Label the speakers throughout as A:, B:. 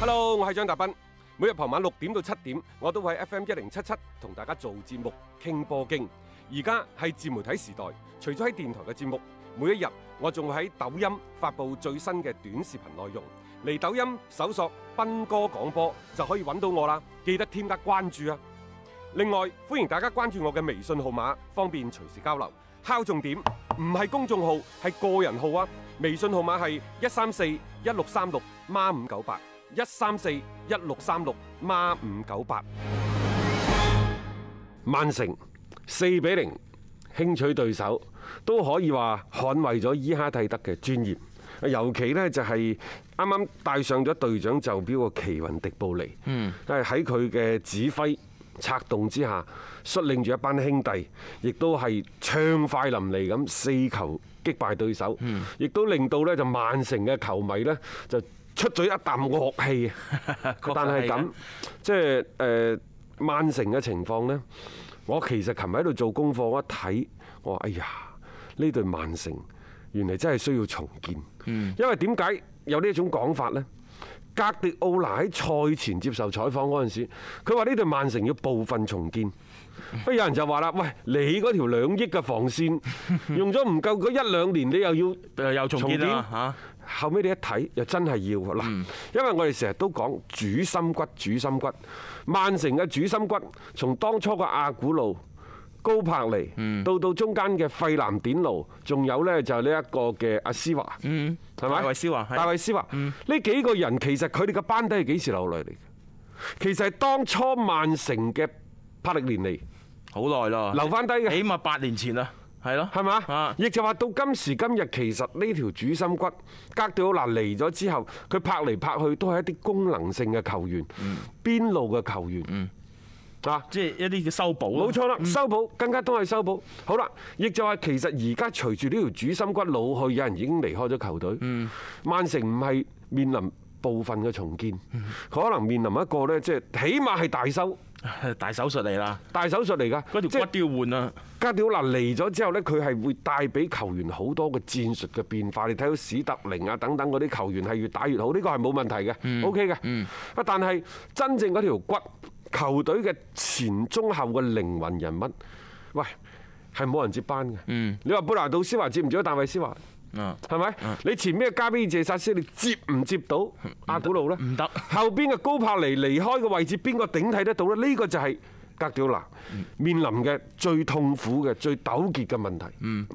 A: Hello，我係張達斌。每日傍晚六點到七點，我都會喺 FM 一零七七同大家做節目傾波經。而家係自媒體時代，除咗喺電台嘅節目，每一日我仲會喺抖音發布最新嘅短視頻內容。嚟抖音搜索斌哥廣播就可以揾到我啦，記得添加關注啊！另外，歡迎大家關注我嘅微信號碼，方便隨時交流。敲重點，唔係公眾號，係個人號啊！微信號碼係一三四一六三六孖五九八，一三四一六三六孖五九八。曼城四比零輕取對手，都可以話捍衛咗伊哈蒂德嘅尊嚴。尤其呢，就係啱啱戴上咗隊長袖標嘅奇雲迪布尼，嗯，喺佢嘅指揮策動之下，率領住一班兄弟，亦都係暢快淋漓咁四球擊敗對手，
B: 嗯
A: 亦都令到呢就曼城嘅球迷呢，就出咗一啖惡氣。
B: 確實
A: 但係
B: 係
A: 咁
B: 嘅，
A: 即係誒曼城嘅情況呢，我其實琴日喺度做功課，我一睇，我話：哎呀，呢隊曼城原來真係需要重建。
B: 嗯
A: 因為點解有呢一種講法呢？格迪奧拿喺賽前接受採訪嗰陣時，佢話呢隊曼城要部分重建。 不過有人就話啦，喂，你嗰條兩億嘅防線用咗唔夠嗰一兩年，你又要
B: 誒又重建啊啦嚇。
A: 後尾你一睇又真係要喎嗱，因為我哋成日都講主心骨，主心骨，曼城嘅主心骨，從當初嘅阿古路。高柏尼，到到中間嘅費南典奴，仲有呢就呢一個嘅阿斯華，係咪？
B: 大衛斯華係
A: 大衛斯華，呢幾個人其實佢哋嘅班底係幾時留落嚟嘅？其實係當初曼城嘅帕力連尼
B: 好耐啦，
A: 留翻低嘅。
B: 起碼八年前啦，係咯，
A: 係嘛
B: 啊？
A: 亦就話到今時今日，其實呢條主心骨格迪奧拿嚟咗之後，佢拍嚟拍去都係一啲功能性嘅球員，邊路嘅球員，啊。
B: 即係一啲叫修補啊
A: 冇
B: 咯
A: 錯啦，修補更加多係修補。好啦，亦就係其實而家隨住呢條主心骨老去，有人已經離開咗球隊。曼城唔係面臨部分嘅重建，佢可能面臨一個呢，即係起碼係大修
B: 大手術嚟啦，
A: 大手術嚟㗎。
B: 嗰
A: 即
B: 條
A: 係
B: 骨都要換啊啦。
A: 加迪奧拿嚟咗之後呢，佢係會帶俾球員好多嘅戰術嘅變化。你睇到史特靈啊等等嗰啲球員係越打越好，呢個係冇問題
B: 嗯
A: 嘅，OK 嘅。啊，但係真正嗰條骨，球隊嘅前中後嘅靈魂人物，喂，係冇人接班嘅。你話布拿杜斯華接唔接到大衛斯華？
B: 嗯啊嗯
A: 係咪？你前面嘅加比爾謝薩斯，你接唔接到阿古路呢？
B: 唔得
A: 後邊嘅高柏尼離開嘅位置，邊個頂替得到呢？呢個就係格調拿面臨嘅最痛苦嘅、最糾結嘅問題。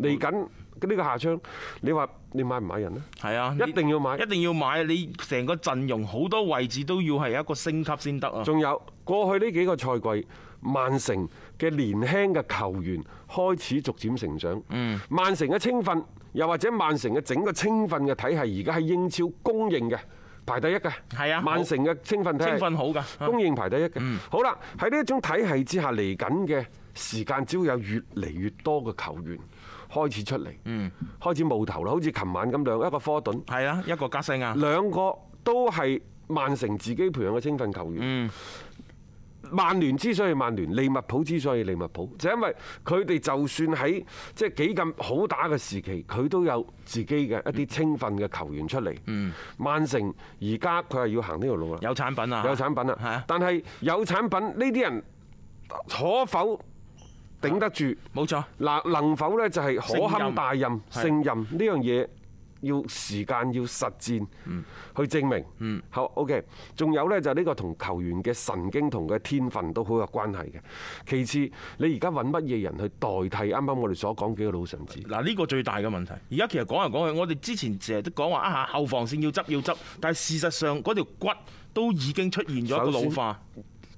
A: 嚟緊呢個夏窗，你話你買唔買人呢？
B: 係啊，
A: 一定要買
B: 一定要買！啊你成個陣容好多位置都要係一個升級先得啊。
A: 仲有過去呢幾個賽季，曼城嘅年輕嘅球員開始逐漸成長。
B: 嗯
A: 曼城嘅青訓，又或者曼城嘅整個青訓嘅體系，而家喺英超公認嘅排第一嘅。
B: 係啊
A: 曼城嘅青訓體系
B: 青訓好㗎啊嗯
A: 公認排第一嘅。好啦，喺呢一種體系之下嚟緊嘅時間，只會有越嚟越多嘅球員開始出嚟，
B: 嗯
A: 開始冒頭啦。好似琴晚咁樣一個科頓。
B: 係啊，一個加西亞，
A: 兩個都係曼城自己培養嘅青訓球員。
B: 嗯
A: 曼聯之所以曼聯，利物浦之所以利物浦，就因為佢哋就算喺即係幾咁好打嘅時期，佢都有自己嘅
B: 嗯
A: 一啲青訓嘅球員出嚟。曼城而家佢係要行呢條路啦，
B: 有產品啊，
A: 有產品
B: 係
A: 啦
B: 啊，
A: 但係有產品呢啲人呃可否頂得住？
B: 冇錯，
A: 嗱，能否呢？就係可堪大任、
B: 勝
A: 勝
B: 任
A: 任呢樣嘢，要時間要實戰去證明。好 OK，仲有呢，就呢個同球員嘅神經同嘅天分都好有關係嘅。其次，你而家揾乜嘢人去代替啱啱我哋所講幾個老臣子？
B: 嗱呢個最大嘅問題，而家其實講嚟講去，我哋之前成日都講話啊後防線要執要執，但係事實上嗰條骨都已經出現咗一個老化，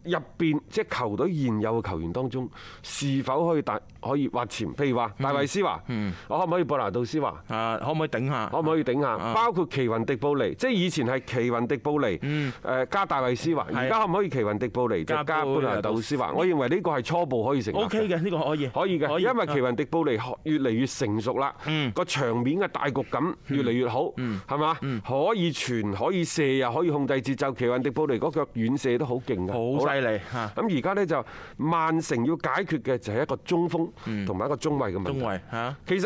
A: 入邊即係球隊現有嘅球員當中，是否可以大可以挖潛？譬如話大衛斯華，我可唔可以博拿杜斯華？
B: 啊可唔可以頂下
A: 可？唔可以頂下？包括奇雲迪布尼，即係以前係奇雲迪布尼，誒加大衛斯華，而家可唔可以奇雲迪布尼就
B: 加
A: 加
B: 布
A: 班拿杜斯華？我認為呢個係初步可以成立
B: O K 嘅呢個可以，
A: 可以嘅，因為奇雲迪布尼越嚟越成熟啦，個場面嘅大局感越嚟越好，係嘛？可以傳，可以射，又可以控制節奏。奇雲迪布尼嗰腳遠射都好勁嘅，
B: 好
A: 啦
B: 犀利嚇，
A: 咁而家呢，就曼城要解決嘅就係一個中鋒同埋一個中衞嘅問題
B: 中。衞嚇。
A: 其實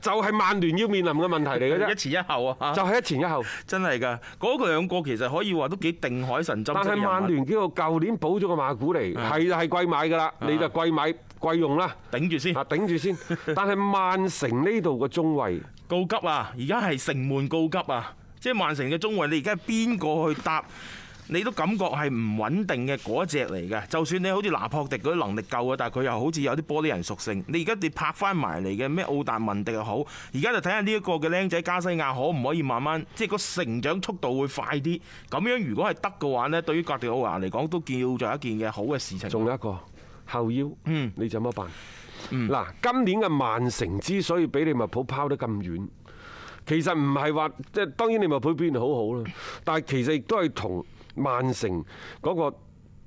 A: 就就係曼聯要面臨嘅問題嚟嘅
B: 一
A: 啫，
B: 前一後啊，
A: 就係一前一後。
B: 真係㗎，嗰兩個其實可以話都幾定海神針。
A: 但係曼聯呢個舊年補咗個馬古尼，係就係貴買㗎啦，你就貴買貴用 啦，
B: 頂住先，
A: 啊頂住先。但係曼城呢度嘅中衞，
B: 告急啊！而家係城門告急啊！即係曼城嘅中衞，你而家邊個去搭？你都感覺係唔穩定嘅嗰一隻嚟嘅，就算你好似拿破迪嗰啲能力夠啊，但係佢又好似有啲玻璃人屬性。你而家你拍翻埋嚟嘅咩奧達文迪又好，而家就睇下呢一個嘅僆仔加西亞可唔可以慢慢即係個成長速度會快啲。咁樣如果係得嘅話呢，對於格迪奧拿嚟講都叫做一件嘅好嘅事情。
A: 仲有一個後腰，
B: 嗯
A: 你怎麼辦？嗱，今年嘅曼城之所以俾利物浦拋得咁遠，其實唔係話即係當然利物浦表現好好啦，但係其實亦都係同曼城嗰個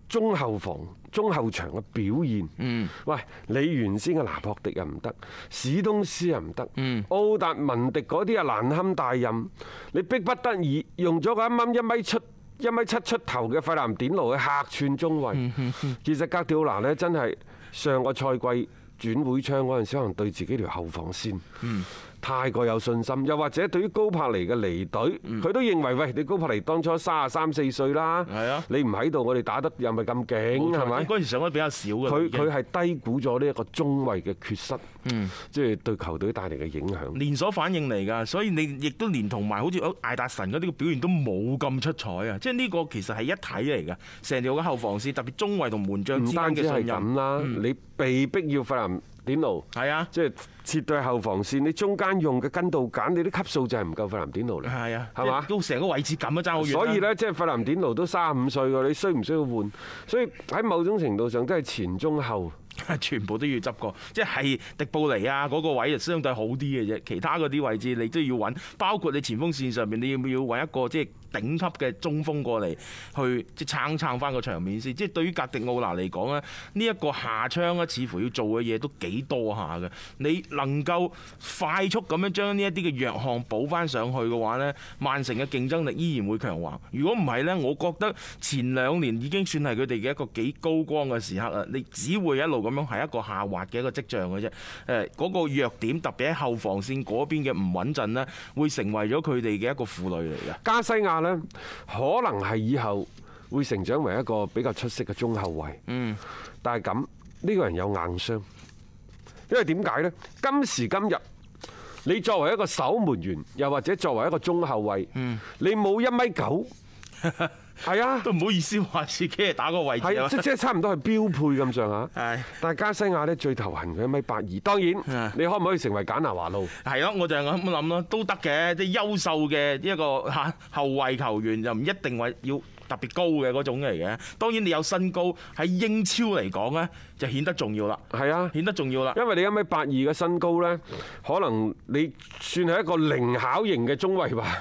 A: 中後防。中後場嘅表現，嗯，喂，你原先嘅拿破迪又唔得，史東斯又唔得，嗯，奧達文迪嗰啲啊難堪大任，你逼不得已用咗個一蚊一米出一米七出頭嘅費南典奴去客串中衞，其實格調拿呢，真係上個賽季轉會窗嗰陣時，可能對自己條後防線。太過有信心，又或者對於高柏尼嘅離隊，佢都認為喂，你高柏尼當初三啊三四歲啦，
B: 係啊
A: 你唔喺度，我哋打得又咪咁勁，係咪？
B: 嗰陣時上得比較少嘅。
A: 佢
B: 已經
A: 佢係低估咗呢一個中衞嘅缺失，
B: 嗯
A: 即係對球隊帶嚟嘅影響。
B: 連鎖反應嚟㗎，所以你亦都連同埋好似艾達臣嗰啲嘅表現都冇咁出彩啊！即係呢個其實係一體嚟㗎，成條嘅後防線，特別中衞同門將
A: 唔
B: 之間
A: 單
B: 嘅
A: 止係
B: 信任，
A: 咁
B: 嗯
A: 啦，你被逼要費南典奴，
B: 係啊，
A: 即係撤對後防線，你中間用嘅跟道簡，你啲級數就係唔夠費南典奴嚟，
B: 係啊，
A: 係嘛？
B: 都成個位置感都爭好遠啦。啊
A: 所以呢，即係費南典奴都三十五歲㗎，你需唔需要換？所以喺某種程度上，都係前中後。
B: 全部都要執過，即係迪布尼啊嗰個位就相對好啲嘅啫，其他嗰啲位置你都要揾，包括你前鋒線上面你要唔要揾一個即係頂級嘅中鋒過嚟去即係撐撐翻個場面先。即係對於格迪奧拿嚟講咧，呢、一個下窗咧似乎要做嘅嘢都幾多下嘅。你能夠快速咁樣將呢一啲嘅弱項補翻上去嘅話呢曼城嘅競爭力依然會強橫。如果唔係呢，我覺得前兩年已經算係佢哋嘅一個幾高光嘅時刻啦。你只會一路咁樣係一個下滑嘅一個跡象嘅啫。誒，嗰個弱點特別喺後防線嗰邊嘅唔穩陣呢，會成為咗佢哋嘅一個負累嚟嘅。
A: 加西亞呢，可能係以後會成長為一個比較出色嘅中後衞。
B: 嗯，
A: 但係咁呢個人有硬傷，因為點解呢？今時今日，你作為一個守門員，又或者作為一個中後衞，你冇一米 九，係啊，
B: 都唔好意思話自己係打個位置
A: 係
B: 啊
A: 啊即。即係差唔多係標配咁上下。
B: 係
A: 但係加西亞呢，最頭痕佢一米八二，當然
B: 啊
A: 你可唔可以成為簡拿華路？
B: 係咯，我就係咁諗咯，都得嘅，即係優秀嘅一個 嚇後衞球員，就唔一定話要特別高嘅嗰種嚟嘅。當然你有身高喺英超嚟講咧，就顯得重要啦，
A: 係啊。
B: 顯得重 要啦。
A: 因為你一米八二嘅身高呢，可能你算係一個靈巧型嘅中 衞吧，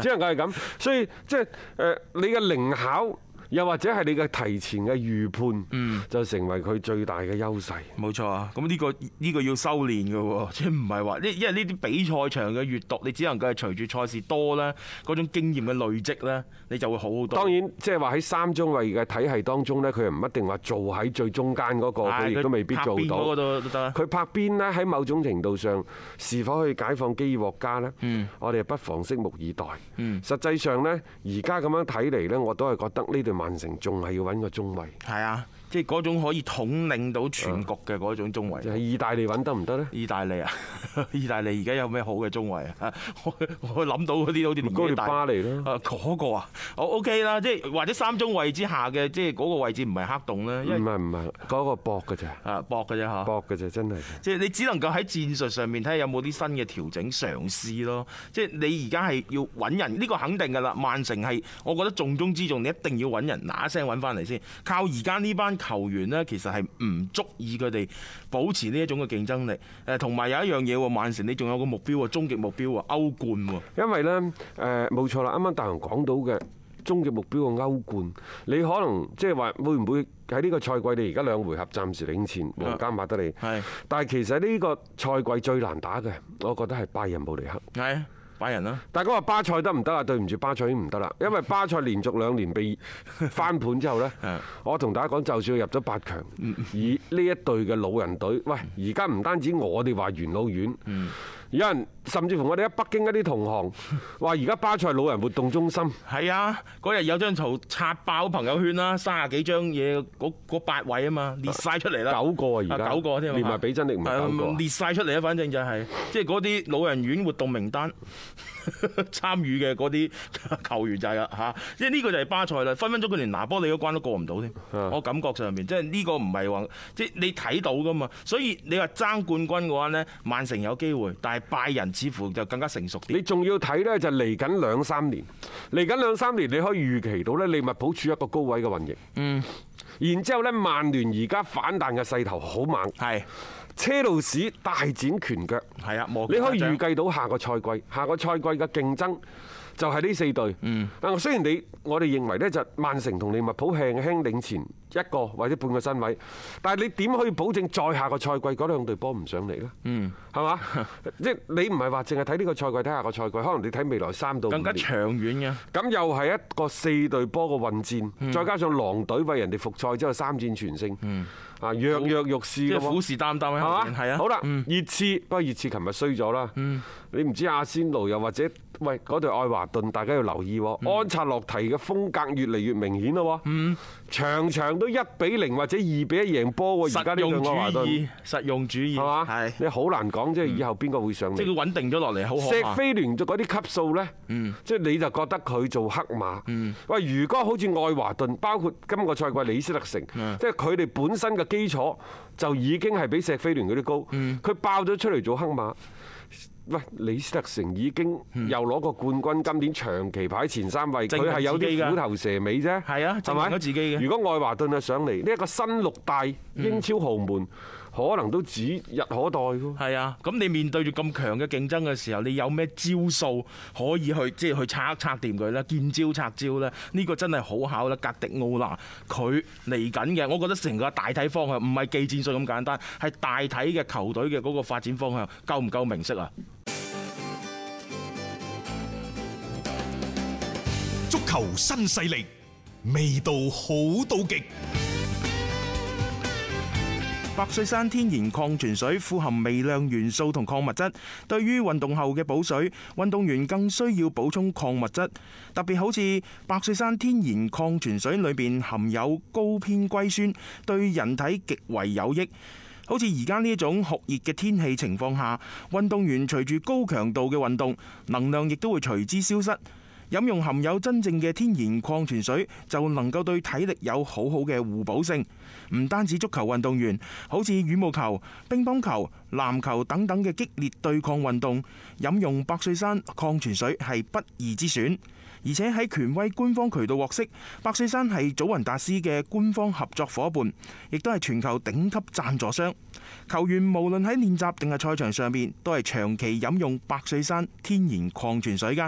A: 只能夠係咁。所以即係誒，你嘅靈巧，又或者係你嘅提前嘅預
B: 嗯
A: 判，就成為佢最大嘅優勢。
B: 冇錯啊，咁呢、個呢、個要修練嘅喎，即係唔係話，因因為呢啲比賽場嘅閲讀，你只能夠係隨住賽事多啦，嗰種經驗嘅累積咧，你就會好好多。
A: 當然，即係話喺三中衞嘅體系當中呢，佢又唔一定話做喺最中間嗰個，佢亦都未必
B: 拍
A: 做
B: 邊嗰
A: 到
B: 個。都都得啊。
A: 佢拍邊呢，喺某種程度上，是否去解放基爾獲加呢？我哋不妨拭目以待。實際上呢，而家咁樣睇嚟呢，我都係覺得呢隊曼城仲係要揾個中衞，
B: 係啊，即係嗰種可以統領到
A: 啊
B: 全局嘅嗰種中衞
A: 就。係意大利揾得唔得呢？
B: 意大利啊， 意大利而家有咩好嘅中衞啊？ 我我諗到嗰啲好似年
A: 高
B: 紀
A: 列
B: 大
A: 巴嚟啦。
B: 啊嗰個啊，我 OK 啦，即係或者三中位之下嘅，即係嗰個位置唔係黑洞啦，
A: 唔
B: 因為
A: 係唔係，嗰個搏嘅咋，
B: 啊搏嘅啫嚇。
A: 搏嘅咋，真係。
B: 即係你只能夠喺戰術上面睇下有冇啲新嘅調整嘗試咯。即係你而家係要揾人，呢、個肯定㗎啦。曼城係我覺得重中之重，你一定要揾人嗱一聲揾翻嚟先。靠而家呢班球員呢，其實係唔足以佢哋保持呢一種嘅競爭力。誒，同埋有一樣嘢喎，曼城你仲有個目標喎，終極目標喎，歐冠喎。
A: 因為呢，誒冇錯啦，啱啱大雄講到嘅終極目標嘅歐冠，你可能即係話會唔會喺呢個賽季你而家兩回合暫時領前皇家馬德里，
B: 係
A: 但係其實呢個賽季最難打嘅，我覺得係拜仁慕尼黑。
B: 係啊，拜仁啦，
A: 大家話巴塞得唔得啊？對唔住，巴塞已經唔 得啦，因為巴塞連續兩年被翻盤之後呢，
B: 啊
A: 我同大家講，就算入咗八強，
B: 嗯嗯
A: 以呢一隊嘅老人隊，喂，而家唔單止我哋話元老院，有人甚至乎我哋喺北京一啲同 行話，而家巴塞老人活動中心
B: 係啊，嗰日有張圖刷爆朋友圈啦，三十幾張嘢，嗰嗰八位啊嘛，列晒出嚟啦。
A: 九個啊而
B: 啊
A: 家
B: 九個添啊，
A: 連埋比真力唔係九個啊
B: 係列晒出嚟啊！反正就係即係嗰啲老人院活動名單 參與嘅嗰啲 球員就係啦嚇，即係呢個就係巴塞啦，分分鐘佢連拿波利嗰關都過唔到添。
A: 啊
B: 我感覺上面即係呢個唔係話即係你睇到噶嘛，所以你話爭冠軍嘅話呢，曼城有機會，但係拜仁似乎就更加成熟啲。
A: 你仲要睇呢，就嚟緊兩三年，嚟緊兩三年你可以預期到呢，利物浦處一個高位嘅運營。嗯。然之後呢，曼聯而家反彈嘅勢頭好猛，
B: 係
A: 車路士大展拳腳。
B: 係啊，磨
A: 你可以
B: 腳
A: 預計到下個賽季，下個賽季嘅競爭就係呢四隊。嗯。但雖然你我哋認為呢，就曼城同利物浦輕輕領前一個或者半個身位，但係你點可以保證再下個賽季嗰兩隊波唔上嚟呢？嗯。係嘛？ 即係你唔係話淨係睇呢個賽季，睇下個賽季，可能你睇未來三到五
B: 更加
A: 年。
B: 長遠嘅。
A: 咁又係一個四隊波嘅混戰，再加上狼隊為人哋復賽之後三戰全勝，啊躍躍欲試
B: 即
A: 嘅
B: 係
A: 喎
B: 虎視眈眈喺後面，係啊，嗯
A: 好啦，熱刺不過熱刺琴日衰咗啦。你唔知阿仙奴又或者喂嗰隊愛華頓，大家要留意
B: 嗯
A: 喎。安察洛提嘅風格越嚟越明顯咯喎。場場都一比零或者二比一贏波喎。而家呢
B: 實
A: 隊
B: 用主
A: 愛華頓
B: 義，實用主義
A: 係嘛？
B: 係嗯
A: 你好難講，即係以後邊個會上
B: 即係
A: 嚟？
B: 佢穩定咗落嚟，好可
A: 石
B: 怕。
A: 嗯飛聯嗰啲級數呢，
B: 嗯
A: 即係你就覺得佢做黑馬。喂，如果好似愛華頓，包括今個賽季李斯特城，
B: 嗯
A: 即係佢哋本身嘅基礎就已經係比石飛聯嗰啲高，
B: 嗯
A: 佢爆咗出嚟做黑馬。喂，李斯特城已經又攞過冠軍，今年長期排前三位，
B: 嗯證
A: 佢
B: 明
A: 係有
B: 自己
A: 啲
B: 㗎
A: 虎頭蛇尾啫，
B: 係啊證明咗自己嘅
A: 如果愛華頓啊上嚟，呢一個新六大英超豪門，
B: 嗯
A: 可能都指日可待喎。
B: 係啊，咁你面對住咁強嘅競爭嘅時候，你有咩招數可以去即係去拆拆掂佢咧？見招拆招咧，呢個真係好考啦！格迪奧拿佢嚟緊嘅，我覺得成個大體方向唔係技戰術咁簡單，係大體嘅球隊嘅嗰個發展方向夠唔夠明晰啊？
C: 足球新勢力，味道好到極。
B: 百歲山天然礦泉水富含微量元素同礦物質，對於運動後嘅補水，運動員更需要補充礦物質。特別好似百歲山天然礦泉水裏邊含有高偏硅酸，對人體極為有益。好似而家呢一種酷熱嘅天氣情況下，運動員隨住高強度嘅運動，能量亦都會隨之消失。飲用含有真正嘅天然礦泉水，就能夠對體力有好好嘅互補性。唔單止足球運動員，好似羽毛球、乒乓球、籃球等等嘅激烈對抗運動，飲用百歲山礦泉水係不二之選。而且喺權威官方渠道獲悉，百歲山係祖雲達斯嘅官方合作伙伴，亦都係全球頂級贊助商。球員無論喺練習定係賽場上面，都係長期飲用百歲山天然礦泉水㗎。